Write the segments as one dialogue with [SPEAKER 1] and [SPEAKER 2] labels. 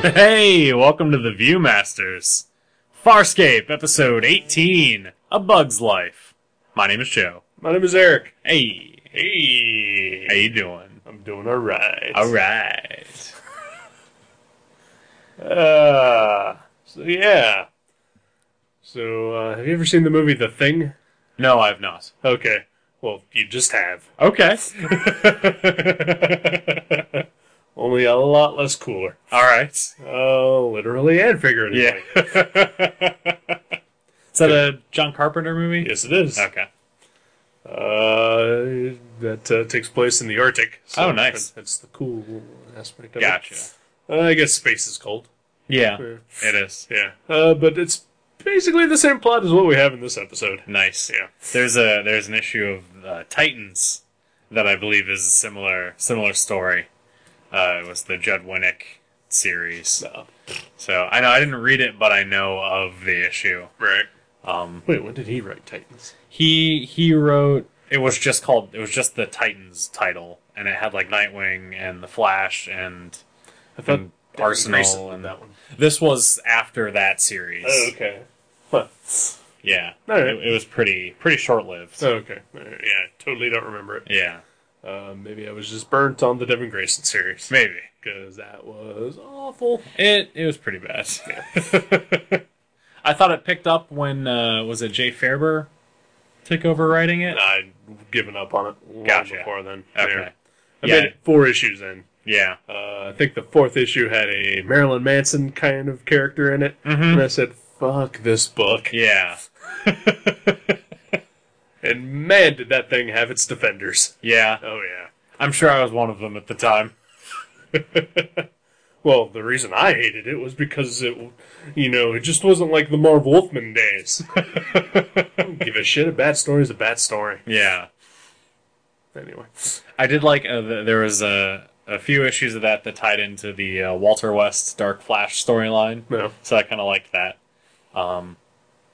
[SPEAKER 1] Hey, welcome to the Viewmasters. Farscape, episode 18, A Bug's Life. My name is Joe.
[SPEAKER 2] My name is Eric.
[SPEAKER 1] Hey,
[SPEAKER 2] Hey.
[SPEAKER 1] how you doing?
[SPEAKER 2] I'm doing all right.
[SPEAKER 1] All right.
[SPEAKER 2] Uh, so yeah. So uh, have you ever seen the movie The Thing?
[SPEAKER 1] No, I have not.
[SPEAKER 2] Okay. Well, you just have.
[SPEAKER 1] Okay.
[SPEAKER 2] Only a lot less cooler.
[SPEAKER 1] All right.
[SPEAKER 2] Oh, literally and figuratively.
[SPEAKER 1] Is that a John Carpenter movie?
[SPEAKER 2] yes, it is.
[SPEAKER 1] Okay.
[SPEAKER 2] Uh, that uh, takes place in the Arctic.
[SPEAKER 1] Oh, nice.
[SPEAKER 2] That's the cool aspect of
[SPEAKER 1] Gotcha.
[SPEAKER 2] it. Uh, I guess space is cold.
[SPEAKER 1] Yeah,
[SPEAKER 2] Yeah.
[SPEAKER 1] it is.
[SPEAKER 2] Yeah. Uh, but it's basically the same plot as what we have in this episode.
[SPEAKER 1] Nice.
[SPEAKER 2] Yeah.
[SPEAKER 1] There's a there's an issue of uh, Titans that I believe is a similar similar story. Uh, it was the Judd Winnick series.
[SPEAKER 2] So,
[SPEAKER 1] So I know I didn't read it, but I know of the issue.
[SPEAKER 2] right.
[SPEAKER 1] Um,
[SPEAKER 2] Wait, when did he write Titans?
[SPEAKER 1] he he wrote it was just called it was just the Titans title, and it had like Nightwing and the Flash and
[SPEAKER 2] I thought
[SPEAKER 1] and
[SPEAKER 2] Dan Grayson
[SPEAKER 1] Arsenal
[SPEAKER 2] did
[SPEAKER 1] and
[SPEAKER 2] that one.
[SPEAKER 1] This was after that series.
[SPEAKER 2] Oh, okay. Huh.
[SPEAKER 1] Yeah,
[SPEAKER 2] All right.
[SPEAKER 1] it, it was pretty pretty short lived.
[SPEAKER 2] Oh, okay. All right, Yeah, I totally don't remember it.
[SPEAKER 1] Yeah,
[SPEAKER 2] Uh, maybe I was just burnt on the Devin Grayson series
[SPEAKER 1] maybe
[SPEAKER 2] because that was awful.
[SPEAKER 1] it it was pretty bad. I thought it picked up when uh, was it Jay Fairber took over writing it.
[SPEAKER 2] I'd given up on it long
[SPEAKER 1] Gotcha.
[SPEAKER 2] before then.
[SPEAKER 1] Okay.
[SPEAKER 2] I
[SPEAKER 1] Yeah.
[SPEAKER 2] made it four issues in.
[SPEAKER 1] Yeah.
[SPEAKER 2] Uh, I think the fourth issue had a Marilyn Manson kind of character in it,
[SPEAKER 1] Mm-hmm.
[SPEAKER 2] and I said, "Fuck this book."
[SPEAKER 1] Yeah.
[SPEAKER 2] And man, did that thing have its defenders.
[SPEAKER 1] Yeah.
[SPEAKER 2] Oh yeah.
[SPEAKER 1] I'm sure I was one of them at the time.
[SPEAKER 2] Well, the reason I hated it was because it, you know, it just wasn't like the Marv Wolfman days. I don't give a shit. A bad story is a bad story.
[SPEAKER 1] Yeah.
[SPEAKER 2] Anyway,
[SPEAKER 1] I did like uh, th- there was a a few issues of that that tied into the uh, Walter West Dark Flash storyline,
[SPEAKER 2] no.
[SPEAKER 1] so I kind of liked that. Um,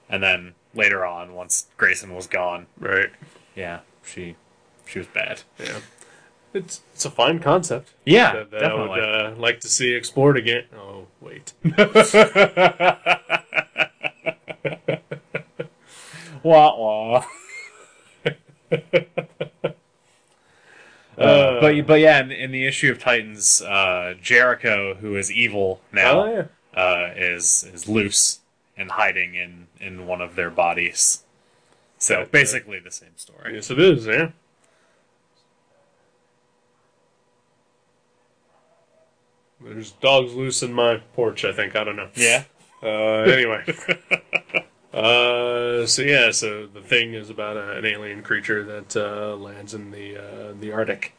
[SPEAKER 1] and then later on, once Grayson was gone,
[SPEAKER 2] Right.
[SPEAKER 1] yeah, she she was bad.
[SPEAKER 2] Yeah. It's it's a fine concept.
[SPEAKER 1] Yeah,
[SPEAKER 2] that, that I
[SPEAKER 1] Ah, definitely.
[SPEAKER 2] would uh, like to see explored again. Oh wait.
[SPEAKER 1] Wah wah. Uh, but but yeah, in, in the issue of Titans, uh, Jericho, who is evil now,
[SPEAKER 2] Oh yeah.
[SPEAKER 1] uh, is is loose and hiding in in one of their bodies. So
[SPEAKER 2] Okay.
[SPEAKER 1] basically the same story.
[SPEAKER 2] Yes, it is. Yeah. There's dogs loose in my porch. I think I don't know.
[SPEAKER 1] Yeah.
[SPEAKER 2] Uh, anyway. uh, so yeah, so the thing is about a, an alien creature that uh, lands in the uh, the Arctic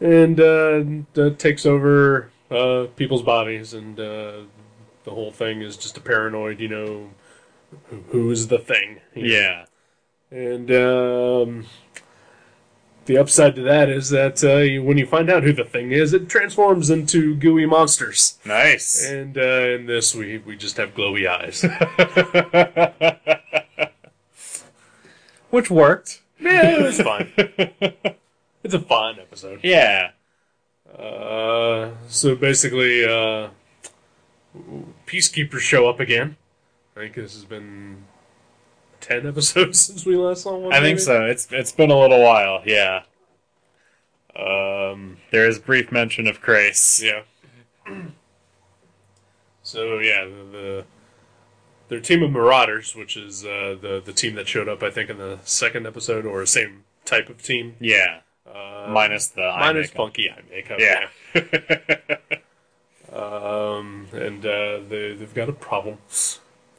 [SPEAKER 2] and uh, d- takes over uh, people's bodies, and uh, the whole thing is just a paranoid, you know, who, who is the thing? you know?
[SPEAKER 1] Yeah.
[SPEAKER 2] And um, the upside to that is that uh, you, when you find out who the thing is, it transforms into gooey monsters.
[SPEAKER 1] Nice.
[SPEAKER 2] And uh, in this, we we just have glowy eyes.
[SPEAKER 1] Which worked.
[SPEAKER 2] yeah, it was fine. It's a fine episode.
[SPEAKER 1] Yeah.
[SPEAKER 2] Uh, so basically, uh, peacekeepers show up again. I think this has been ten episodes since we last saw one.
[SPEAKER 1] I think
[SPEAKER 2] maybe?
[SPEAKER 1] so. It's it's been a little while. Yeah.
[SPEAKER 2] Um,
[SPEAKER 1] There is brief mention of Grace.
[SPEAKER 2] yeah. So yeah, the, the their team of marauders, which is uh, the the team that showed up, I think, in the second episode, or same type of team.
[SPEAKER 1] Yeah.
[SPEAKER 2] Uh,
[SPEAKER 1] Minus the eye
[SPEAKER 2] minus
[SPEAKER 1] makeup.
[SPEAKER 2] funky eye makeup.
[SPEAKER 1] Yeah.
[SPEAKER 2] Um, and uh, they they've got a problem.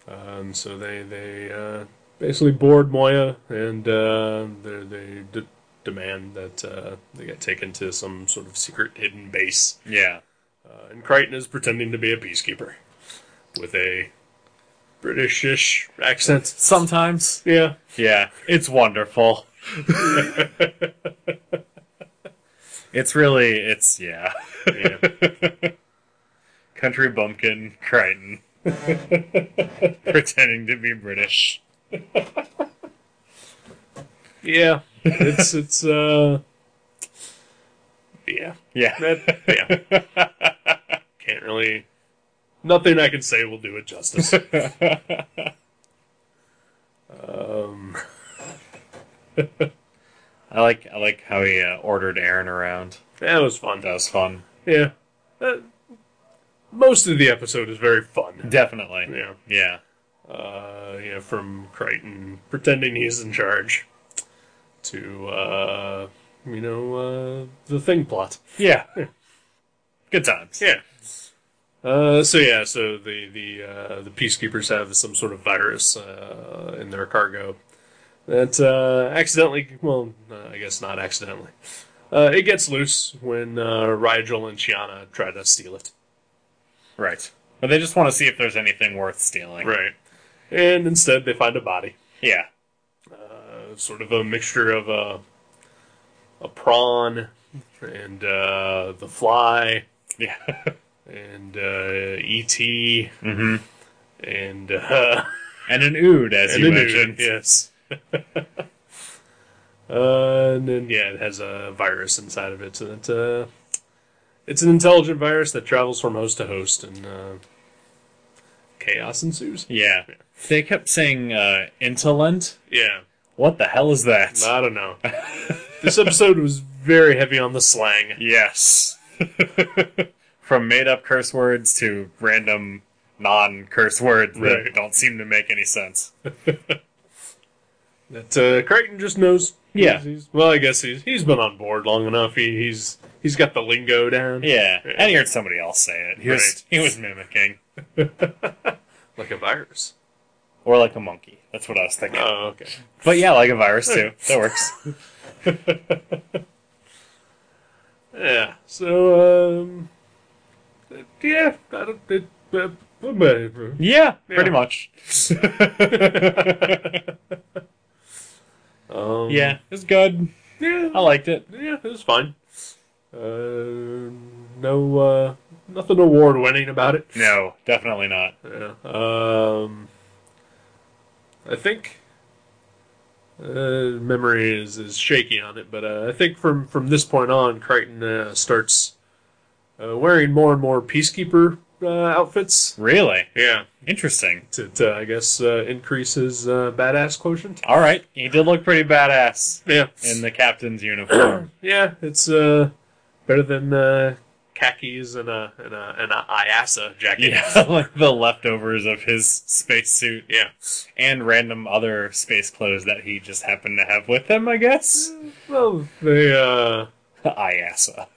[SPEAKER 2] Um, so they they uh, basically board Moya, and uh, they they de- demand that uh, they get taken to some sort of secret hidden base.
[SPEAKER 1] Yeah.
[SPEAKER 2] Uh, and Crichton is pretending to be a peacekeeper with a Britishish accent.
[SPEAKER 1] Sometimes.
[SPEAKER 2] Yeah,
[SPEAKER 1] Yeah. It's wonderful. it's really it's yeah.
[SPEAKER 2] yeah.
[SPEAKER 1] Country bumpkin Crichton. Pretending to be British.
[SPEAKER 2] yeah. It's it's uh, yeah.
[SPEAKER 1] Yeah.
[SPEAKER 2] That, yeah. Can't really nothing I can say will do it justice.
[SPEAKER 1] I like I like how he uh, ordered Aaron around.
[SPEAKER 2] that was fun.
[SPEAKER 1] That was fun.
[SPEAKER 2] Yeah. Uh, most of the episode is very fun.
[SPEAKER 1] Definitely.
[SPEAKER 2] Yeah.
[SPEAKER 1] Yeah.
[SPEAKER 2] Uh, yeah, from Crichton pretending he's in charge to, uh, you know, uh, the thing plot.
[SPEAKER 1] Yeah. Good times.
[SPEAKER 2] Yeah. Uh, so yeah, so the the uh, the peacekeepers have some sort of virus uh, in their cargo that uh, accidentally, well, uh, I guess not accidentally, uh, it gets loose when uh, Rigel and Chiana try to steal it.
[SPEAKER 1] Right. But they just want to see if there's anything worth stealing.
[SPEAKER 2] Right. And instead, they find a body,
[SPEAKER 1] Yeah.
[SPEAKER 2] uh, sort of a mixture of a a prawn and uh, the fly
[SPEAKER 1] Yeah.
[SPEAKER 2] and uh, E.T.
[SPEAKER 1] hmm
[SPEAKER 2] and. Uh,
[SPEAKER 1] And an ood, as
[SPEAKER 2] And
[SPEAKER 1] you
[SPEAKER 2] an ood,
[SPEAKER 1] mentioned.
[SPEAKER 2] yes. uh, and then yeah, it has a virus inside of it. So that, uh, it's an intelligent virus that travels from host to host, and uh, chaos ensues.
[SPEAKER 1] Yeah. They kept saying uh, insolent.
[SPEAKER 2] Yeah,
[SPEAKER 1] What the hell is that?
[SPEAKER 2] I don't know. this episode was very heavy on the slang.
[SPEAKER 1] yes. From made up curse words to random non curse words that
[SPEAKER 2] Right.
[SPEAKER 1] don't seem to make any sense.
[SPEAKER 2] That uh, Crichton just knows.
[SPEAKER 1] Yeah.
[SPEAKER 2] He's- he's- well, I guess he's he's been on board long enough. He, he's he's got the lingo down.
[SPEAKER 1] Yeah. I heard somebody else say it. He was, he was mimicking.
[SPEAKER 2] Like a virus.
[SPEAKER 1] Or like a monkey. That's what I was thinking.
[SPEAKER 2] Oh, okay.
[SPEAKER 1] But yeah, like a virus too. That works.
[SPEAKER 2] Yeah. So, um, uh, yeah, I don't. It, uh, uh,
[SPEAKER 1] Yeah, pretty
[SPEAKER 2] Yeah.
[SPEAKER 1] much.
[SPEAKER 2] um,
[SPEAKER 1] yeah, it was good.
[SPEAKER 2] yeah,
[SPEAKER 1] I liked it.
[SPEAKER 2] yeah, it was fine. Uh, no, uh, nothing award winning about it.
[SPEAKER 1] No, definitely not.
[SPEAKER 2] Yeah. Um, I think uh, memory is, is shaky on it, but uh, I think from from this point on, Crichton uh, starts uh, wearing more and more peacekeeper uh, outfits.
[SPEAKER 1] Really
[SPEAKER 2] Yeah.
[SPEAKER 1] interesting.
[SPEAKER 2] to, to I guess uh, increase his uh, badass quotient.
[SPEAKER 1] All right, he did look pretty badass
[SPEAKER 2] Yeah,
[SPEAKER 1] in the captain's uniform.
[SPEAKER 2] yeah, it's uh, better than uh, khakis and a and a and a IASA jacket.
[SPEAKER 1] yeah, like the leftovers of his spacesuit
[SPEAKER 2] yeah.
[SPEAKER 1] and random other space clothes that he just happened to have with him. I guess.
[SPEAKER 2] Well, they uh,
[SPEAKER 1] IASA.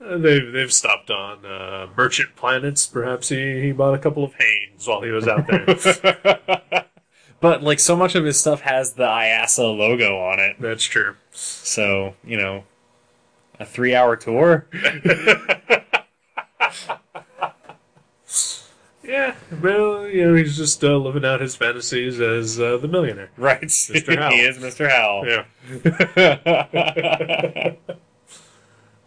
[SPEAKER 2] they've they've stopped on uh, merchant planets. Perhaps he, he bought a couple of Hanes while he was out there.
[SPEAKER 1] but like so much of his stuff has the IASA logo on it.
[SPEAKER 2] That's true.
[SPEAKER 1] So, you know, a three hour tour?
[SPEAKER 2] Yeah, well, you know, he's just uh, living out his fantasies as uh, the millionaire.
[SPEAKER 1] Right.
[SPEAKER 2] Mr. Howell.
[SPEAKER 1] he is Mr. Howell.
[SPEAKER 2] Yeah.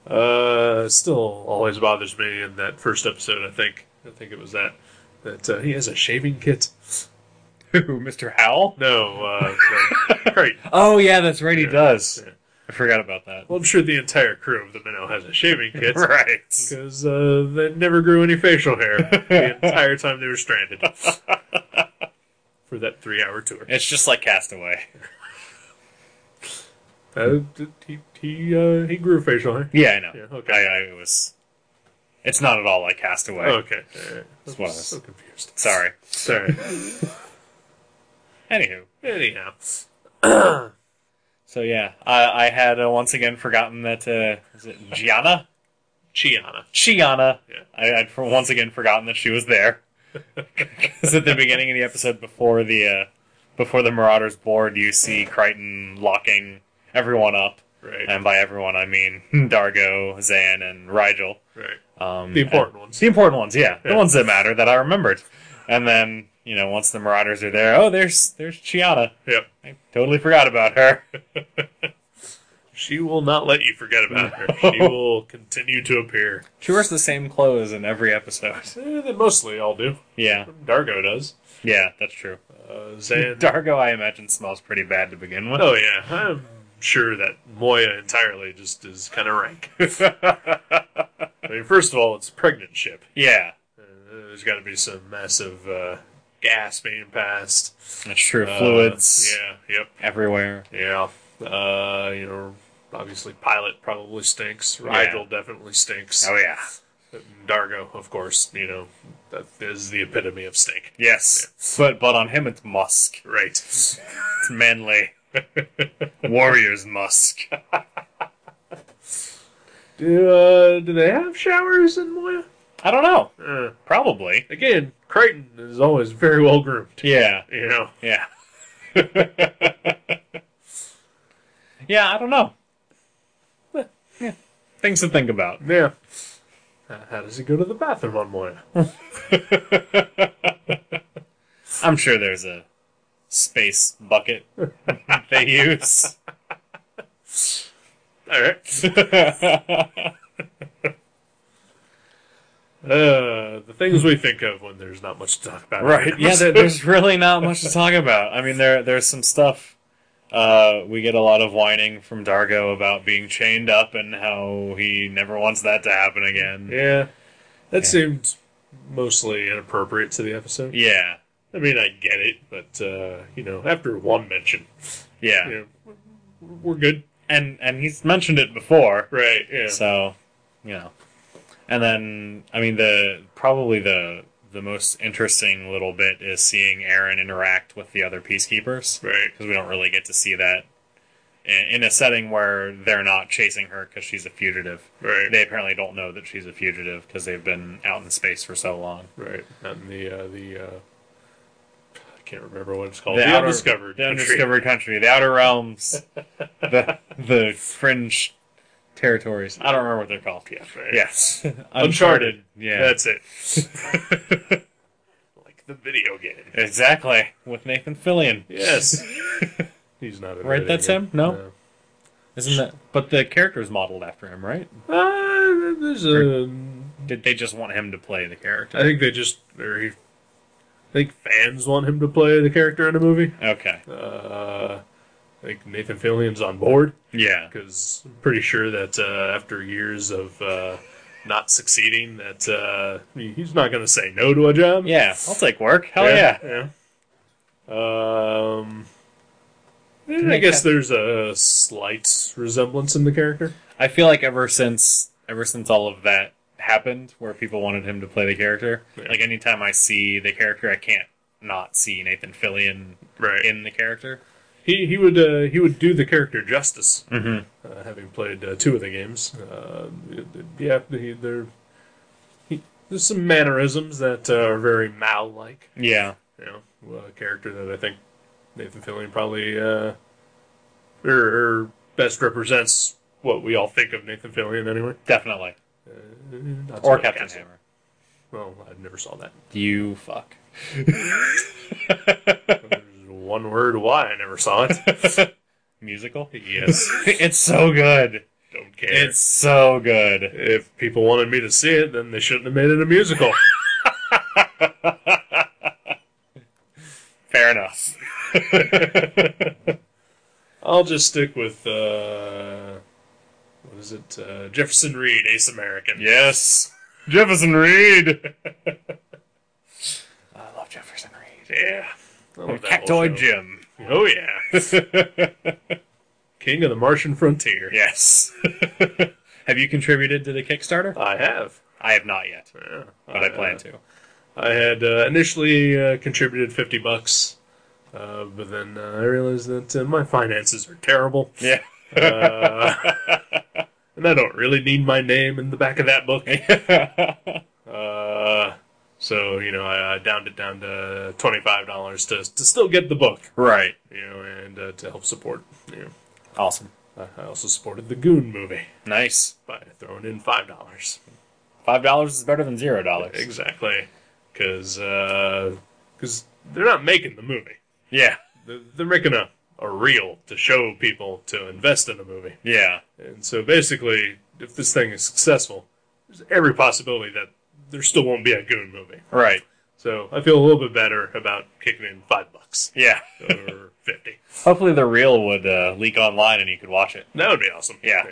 [SPEAKER 2] Uh, still always bothers me in that first episode. I think I think it was that that uh, he has a shaving kit.
[SPEAKER 1] Who, Mr. Howell?
[SPEAKER 2] No, uh, right.
[SPEAKER 1] Oh, yeah, that's right, he does.
[SPEAKER 2] Yeah.
[SPEAKER 1] I forgot about that.
[SPEAKER 2] Well, I'm sure the entire crew of the Minnow has a shaving kit
[SPEAKER 1] Right.
[SPEAKER 2] because uh, they never grew any facial hair the entire time they were stranded for that three-hour tour.
[SPEAKER 1] It's just like Castaway.
[SPEAKER 2] Uh, d- he he uh, he grew facial hair.
[SPEAKER 1] Yeah, I know.
[SPEAKER 2] Yeah, okay.
[SPEAKER 1] I, I, it was. It's not at all like Castaway.
[SPEAKER 2] Okay, all right. I'm
[SPEAKER 1] one of
[SPEAKER 2] so
[SPEAKER 1] those.
[SPEAKER 2] confused.
[SPEAKER 1] Sorry.
[SPEAKER 2] Sorry.
[SPEAKER 1] Anywho.
[SPEAKER 2] Anyhow,
[SPEAKER 1] So, yeah, I, I had uh, once again forgotten that, uh, is it Gianna?
[SPEAKER 2] Chiana.
[SPEAKER 1] Chiana.
[SPEAKER 2] Yeah.
[SPEAKER 1] I, I'd for, once again forgotten that she was there. Because at the beginning of the episode, before the uh, before the Marauders board, you see Crichton locking everyone up,
[SPEAKER 2] Right.
[SPEAKER 1] and by everyone I mean Dargo, Zan, and Rigel.
[SPEAKER 2] right.
[SPEAKER 1] Um,
[SPEAKER 2] The important
[SPEAKER 1] and-
[SPEAKER 2] ones.
[SPEAKER 1] The important ones, yeah, the
[SPEAKER 2] Yeah.
[SPEAKER 1] ones that matter that I remembered. And then you know, once the Marauders are there, oh, there's there's Chiana.
[SPEAKER 2] Yep.
[SPEAKER 1] I totally forgot about her.
[SPEAKER 2] She will not let you forget about her. She will continue to appear.
[SPEAKER 1] She wears the same clothes in every episode.
[SPEAKER 2] Eh, they mostly all do.
[SPEAKER 1] Yeah,
[SPEAKER 2] Dargo does.
[SPEAKER 1] yeah, that's true.
[SPEAKER 2] Uh, Zan.
[SPEAKER 1] Dargo, I imagine, smells pretty bad to begin with.
[SPEAKER 2] oh yeah, I'm sure that Moya entirely just is kind of rank. I mean, first of all, it's a pregnant ship.
[SPEAKER 1] Yeah,
[SPEAKER 2] Uh, there's got to be some massive uh, gas being passed.
[SPEAKER 1] that's true.
[SPEAKER 2] Uh,
[SPEAKER 1] Fluids
[SPEAKER 2] yeah. Yep.
[SPEAKER 1] everywhere.
[SPEAKER 2] Yeah. Uh, you know, obviously, pilot probably stinks. Rigel definitely stinks.
[SPEAKER 1] Oh yeah.
[SPEAKER 2] Dargo, of course. You know, that is the epitome of stink.
[SPEAKER 1] Yes, but but on him it's musk.
[SPEAKER 2] Right.
[SPEAKER 1] It's manly. Warriors musk.
[SPEAKER 2] Do uh, do they have showers in Moya?
[SPEAKER 1] I don't know.
[SPEAKER 2] Uh,
[SPEAKER 1] Probably.
[SPEAKER 2] again, Crichton is always very well groomed.
[SPEAKER 1] Yeah.
[SPEAKER 2] You know,
[SPEAKER 1] Yeah. yeah, I don't know. But, yeah. Things to think about.
[SPEAKER 2] yeah. Uh, how does he go to the bathroom on Moya?
[SPEAKER 1] I'm sure there's a space bucket they use.
[SPEAKER 2] All right. Uh, the things we think of when there's not much to talk about.
[SPEAKER 1] right. Yeah, there, there's really not much to talk about. I mean, there there's some stuff. Uh, we get a lot of whining from Dargo about being chained up and how he never wants that to happen again.
[SPEAKER 2] yeah. That seemed mostly inappropriate to the episode.
[SPEAKER 1] Yeah.
[SPEAKER 2] I mean, I get it, but uh, you know, after one mention,
[SPEAKER 1] Yeah.
[SPEAKER 2] you know, we're good.
[SPEAKER 1] And and he's mentioned it before.
[SPEAKER 2] Right. Yeah.
[SPEAKER 1] So, you know. And then I mean the probably the the most interesting little bit is seeing Aaron interact with the other peacekeepers.
[SPEAKER 2] Right.
[SPEAKER 1] because we don't really get to see that in, in a setting where they're not chasing her because she's a fugitive.
[SPEAKER 2] Right.
[SPEAKER 1] They apparently don't know that she's a fugitive because they've been out in space for so long.
[SPEAKER 2] Right. And the uh, the uh, I can't remember what it's called.
[SPEAKER 1] The
[SPEAKER 2] Oh, The,
[SPEAKER 1] outer-
[SPEAKER 2] undiscovered.
[SPEAKER 1] The
[SPEAKER 2] country.
[SPEAKER 1] undiscovered country, the outer realms, the the fringe territories. I don't remember what they're called.
[SPEAKER 2] Yeah. Right.
[SPEAKER 1] Yes,
[SPEAKER 2] Uncharted.
[SPEAKER 1] Yeah,
[SPEAKER 2] That's it. like the video game.
[SPEAKER 1] exactly with Nathan Fillion.
[SPEAKER 2] Yes. He's not in
[SPEAKER 1] Right,
[SPEAKER 2] it
[SPEAKER 1] that's
[SPEAKER 2] either.
[SPEAKER 1] him? No? Isn't that? But the character's modeled after him, right?
[SPEAKER 2] No. Uh, there's a.
[SPEAKER 1] Did they just want him to play the character?
[SPEAKER 2] I think they just. Or he, I think fans want him to play the character in a movie.
[SPEAKER 1] Okay.
[SPEAKER 2] Uh, I think Nathan Fillion's on board.
[SPEAKER 1] Yeah.
[SPEAKER 2] because I'm pretty sure that uh, after years of uh, not succeeding, that uh, he- he's not going to say no to a job.
[SPEAKER 1] Yeah. I'll take work. Hell yeah.
[SPEAKER 2] yeah. Um, eh,
[SPEAKER 1] Didn't
[SPEAKER 2] I
[SPEAKER 1] they
[SPEAKER 2] guess
[SPEAKER 1] ca-
[SPEAKER 2] there's a slight resemblance in the character.
[SPEAKER 1] I feel like ever since ever since all of that happened, where people wanted him to play the character,
[SPEAKER 2] Yeah.
[SPEAKER 1] like anytime I see the character, I can't not see Nathan Fillion
[SPEAKER 2] Right.
[SPEAKER 1] in the character.
[SPEAKER 2] He he would uh, he would do the character justice,
[SPEAKER 1] Mm-hmm.
[SPEAKER 2] uh, having played uh, two of the games. Uh, it- it- yeah, he, there. He, there's some mannerisms that uh, are very Mal like.
[SPEAKER 1] Yeah,
[SPEAKER 2] you know, a character that I think Nathan Fillion probably uh, or, or best represents what we all think of Nathan Fillion anyway.
[SPEAKER 1] definitely.
[SPEAKER 2] Uh, not
[SPEAKER 1] Or
[SPEAKER 2] Scarlet
[SPEAKER 1] Captain
[SPEAKER 2] Castle.
[SPEAKER 1] Hammer.
[SPEAKER 2] Well, I never saw that.
[SPEAKER 1] You fuck.
[SPEAKER 2] There's one word why I never saw it.
[SPEAKER 1] Musical.
[SPEAKER 2] yes,
[SPEAKER 1] it's so good.
[SPEAKER 2] don't care.
[SPEAKER 1] It's so good.
[SPEAKER 2] if people wanted me to see it, then they shouldn't have made it a musical.
[SPEAKER 1] Fair enough.
[SPEAKER 2] I'll just stick with uh, what is it? Uh, Jefferson Reed, Ace American.
[SPEAKER 1] Yes, Jefferson Reed. I love Jefferson Reed.
[SPEAKER 2] yeah. I love Oh, that whole
[SPEAKER 1] Cactoid
[SPEAKER 2] show.
[SPEAKER 1] Jim.
[SPEAKER 2] Oh yeah, King of the Martian Frontier.
[SPEAKER 1] Yes. have you contributed to the Kickstarter?
[SPEAKER 2] I have.
[SPEAKER 1] I have not yet,
[SPEAKER 2] Yeah,
[SPEAKER 1] but I plan to.
[SPEAKER 2] I had uh, initially uh, contributed fifty bucks, uh, but then uh, I realized that uh, my finances are terrible,
[SPEAKER 1] Yeah.
[SPEAKER 2] uh, and I don't really need my name in the back of that book. Uh, so you know, I, I downed it down to twenty five dollars to to still get the book,
[SPEAKER 1] right.
[SPEAKER 2] you know, and uh, to help support. You
[SPEAKER 1] Awesome.
[SPEAKER 2] know, I, I also supported the Goon movie
[SPEAKER 1] Nice.
[SPEAKER 2] by throwing in five dollars.
[SPEAKER 1] Five dollars is better than zero dollars.
[SPEAKER 2] Exactly, because because they're not making the movie.
[SPEAKER 1] Yeah.
[SPEAKER 2] They're, they're making a a reel to show people to invest in a movie.
[SPEAKER 1] Yeah.
[SPEAKER 2] And so basically, if this thing is successful, there's every possibility that there still won't be a Goon movie.
[SPEAKER 1] Right.
[SPEAKER 2] So I feel a little bit better about kicking in five bucks
[SPEAKER 1] Yeah.
[SPEAKER 2] or fifty.
[SPEAKER 1] Hopefully the reel would uh, leak online and you could watch it.
[SPEAKER 2] That would be awesome.
[SPEAKER 1] Yeah.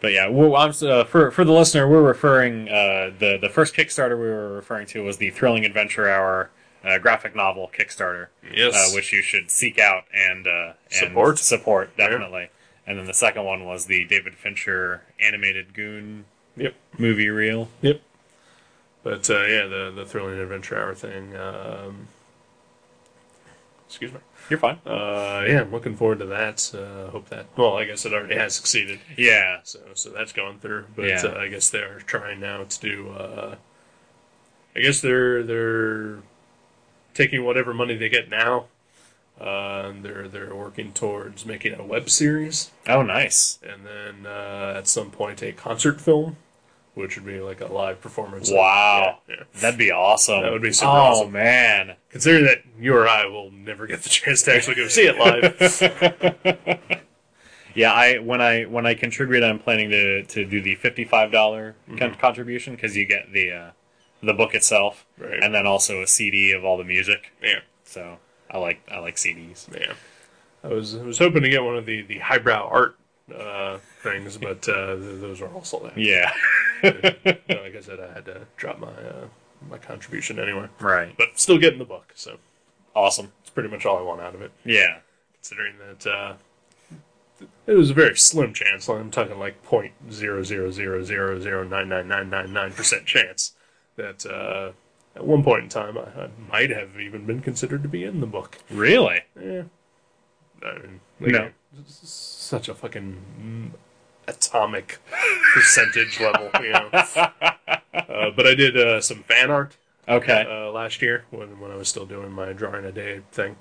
[SPEAKER 1] But yeah, well, I'm, s- uh, for for the listener, we're referring uh, the the first Kickstarter we were referring to was the Thrilling Adventure Hour uh, graphic novel Kickstarter,
[SPEAKER 2] Yes.
[SPEAKER 1] uh, which you should seek out and, uh, and
[SPEAKER 2] Support.
[SPEAKER 1] support definitely. And then the second one was the David Fincher animated Goon
[SPEAKER 2] Yep.
[SPEAKER 1] movie reel.
[SPEAKER 2] Yep. But uh, yeah, the the thrilling adventure hour thing. Um, excuse me.
[SPEAKER 1] You're fine.
[SPEAKER 2] Uh, yeah, I'm looking forward to that. Uh, hope that. Well, I guess it already has succeeded.
[SPEAKER 1] Yeah,
[SPEAKER 2] So so that's gone through. But
[SPEAKER 1] Yeah.
[SPEAKER 2] uh, I guess they're trying now to do. Uh, I guess they're they're taking whatever money they get now. Uh, and they're they're working towards making a web series
[SPEAKER 1] Oh, nice.
[SPEAKER 2] and then uh, at some point a concert film, which would be like a live performance.
[SPEAKER 1] Wow.
[SPEAKER 2] Yeah, yeah.
[SPEAKER 1] That'd be awesome.
[SPEAKER 2] That would be super
[SPEAKER 1] oh,
[SPEAKER 2] awesome.
[SPEAKER 1] man.
[SPEAKER 2] Considering that you or I will never get the chance to actually go see it live.
[SPEAKER 1] Yeah, I when I when I contribute, I'm planning to to do the fifty five dollar con- contribution because you get the uh, the book itself,
[SPEAKER 2] Right.
[SPEAKER 1] and then also a CD of all the music.
[SPEAKER 2] yeah,
[SPEAKER 1] So I like I like CDs.
[SPEAKER 2] yeah. I was I was hoping to get one of the the highbrow art uh, things, but uh, th- those are all sold out.
[SPEAKER 1] Yeah,
[SPEAKER 2] So like I said, I had to drop my uh, my contribution anyway,
[SPEAKER 1] right.
[SPEAKER 2] but still getting the book. So
[SPEAKER 1] Awesome.
[SPEAKER 2] it's pretty much all I want out of it.
[SPEAKER 1] Yeah,
[SPEAKER 2] Considering that. Uh, it was a very slim chance. I'm talking like point zero zero zero zero zero nine nine nine nine nine percent chance that uh, at one point in time I, I might have even been considered to be in the book.
[SPEAKER 1] really.
[SPEAKER 2] Yeah, I mean,
[SPEAKER 1] No.
[SPEAKER 2] it's such a fucking atomic percentage level, you know. Uh, but I did uh, some fan art
[SPEAKER 1] Okay.
[SPEAKER 2] uh, last year when, when I was still doing my drawing a day thing.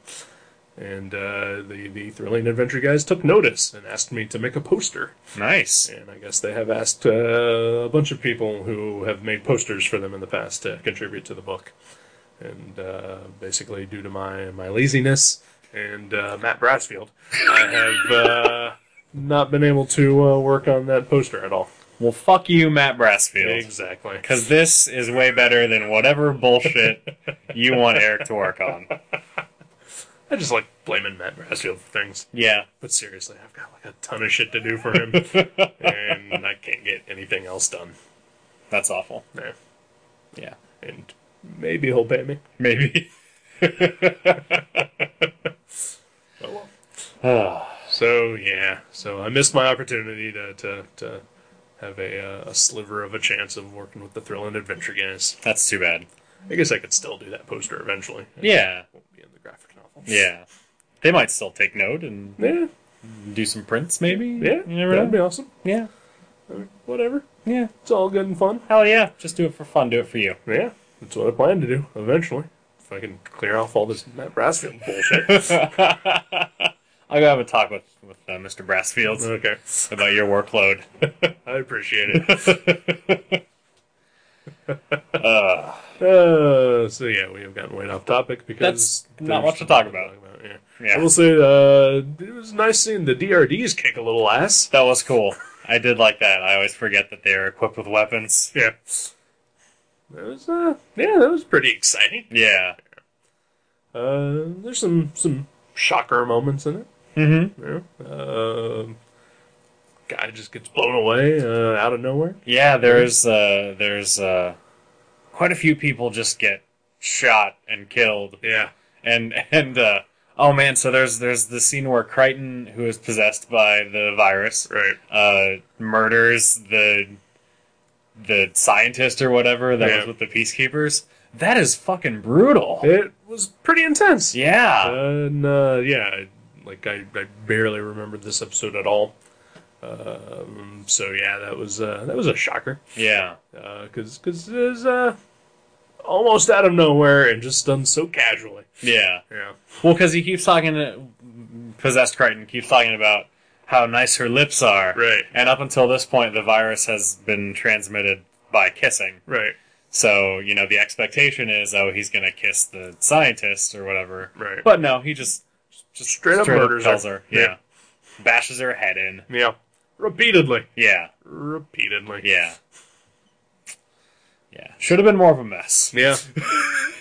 [SPEAKER 2] And uh, the, the Thrilling Adventure guys took notice and asked me to make a poster.
[SPEAKER 1] Nice.
[SPEAKER 2] And I guess they have asked uh, a bunch of people who have made posters for them in the past to contribute to the book. And uh, basically, due to my, my laziness and uh, Matt Brassfield, I have uh, not been able to uh, work on that poster at all.
[SPEAKER 1] Well, fuck you, Matt Brassfield,
[SPEAKER 2] Exactly.
[SPEAKER 1] because this is way better than whatever bullshit you want Eric to work on.
[SPEAKER 2] I just like blaming Matt Brassfield for things.
[SPEAKER 1] Yeah.
[SPEAKER 2] But seriously, I've got like a ton of shit to do for him, and I can't get anything else done.
[SPEAKER 1] That's awful.
[SPEAKER 2] Yeah.
[SPEAKER 1] Yeah.
[SPEAKER 2] And maybe he'll pay me.
[SPEAKER 1] Maybe.
[SPEAKER 2] Oh well.
[SPEAKER 1] Ah.
[SPEAKER 2] So yeah, so I missed my opportunity to to, to have a uh, a sliver of a chance of working with the Thrill and Adventure guys.
[SPEAKER 1] That's too bad.
[SPEAKER 2] I guess I could still do that poster eventually. It
[SPEAKER 1] Yeah.
[SPEAKER 2] won't be in the graphic novel.
[SPEAKER 1] Yeah. They might still take note and
[SPEAKER 2] Yeah,
[SPEAKER 1] do some prints, maybe?
[SPEAKER 2] yeah,
[SPEAKER 1] You never
[SPEAKER 2] that'd
[SPEAKER 1] know.
[SPEAKER 2] be awesome.
[SPEAKER 1] Yeah.
[SPEAKER 2] Whatever,
[SPEAKER 1] Yeah.
[SPEAKER 2] it's all good and fun.
[SPEAKER 1] Hell yeah. Just do it for fun. Do it for you.
[SPEAKER 2] Yeah, that's what I plan to do eventually. If I can clear off all this Matt Brassfield bullshit.
[SPEAKER 1] I'll go have a talk with, with uh, Mr. Brassfields
[SPEAKER 2] okay,
[SPEAKER 1] about your workload.
[SPEAKER 2] I appreciate it.
[SPEAKER 1] Uh,
[SPEAKER 2] Uh, so yeah, we have gotten way off topic because
[SPEAKER 1] That's not
[SPEAKER 2] there's
[SPEAKER 1] much to talk about.
[SPEAKER 2] yeah.
[SPEAKER 1] Yeah.
[SPEAKER 2] I will say, uh, it was nice seeing the DRDs kick a little ass.
[SPEAKER 1] that was cool. I did like that. I always forget that they are equipped with weapons.
[SPEAKER 2] Yeah, that was uh, yeah, that was pretty exciting.
[SPEAKER 1] Yeah.
[SPEAKER 2] Uh, there's some some shocker moments in it.
[SPEAKER 1] Mm-hmm.
[SPEAKER 2] You know? Uh, guy just gets blown away uh, out of nowhere.
[SPEAKER 1] Yeah, there's uh, there's uh, quite a few people just get shot and killed
[SPEAKER 2] Yeah,
[SPEAKER 1] and and uh, oh man, so there's there's the scene where Crichton, who is possessed by the virus,
[SPEAKER 2] right.
[SPEAKER 1] uh, murders the the scientist or whatever that
[SPEAKER 2] Yeah.
[SPEAKER 1] was with the peacekeepers. That is fucking brutal.
[SPEAKER 2] It was pretty intense.
[SPEAKER 1] Yeah,
[SPEAKER 2] and uh, yeah, I- like I, I barely remembered this episode at all. Um, so yeah, that was uh, that was a shocker
[SPEAKER 1] yeah,
[SPEAKER 2] because because it was uh, almost out of nowhere and just done so casually.
[SPEAKER 1] yeah.
[SPEAKER 2] Yeah,
[SPEAKER 1] Well, because he keeps talking to possessed Crichton keeps talking about how nice her lips are.
[SPEAKER 2] Right.
[SPEAKER 1] And up until this point, the virus has been transmitted by kissing.
[SPEAKER 2] right,
[SPEAKER 1] So, you know, the expectation is, oh, he's going to kiss the scientist or whatever.
[SPEAKER 2] Right.
[SPEAKER 1] But no, he just, just
[SPEAKER 2] Straight up murders
[SPEAKER 1] tells
[SPEAKER 2] her.
[SPEAKER 1] her. Yeah. Bashes her head in.
[SPEAKER 2] yeah, repeatedly,
[SPEAKER 1] Yeah.
[SPEAKER 2] repeatedly.
[SPEAKER 1] Yeah. Yeah. Should have been more of a mess.
[SPEAKER 2] yeah.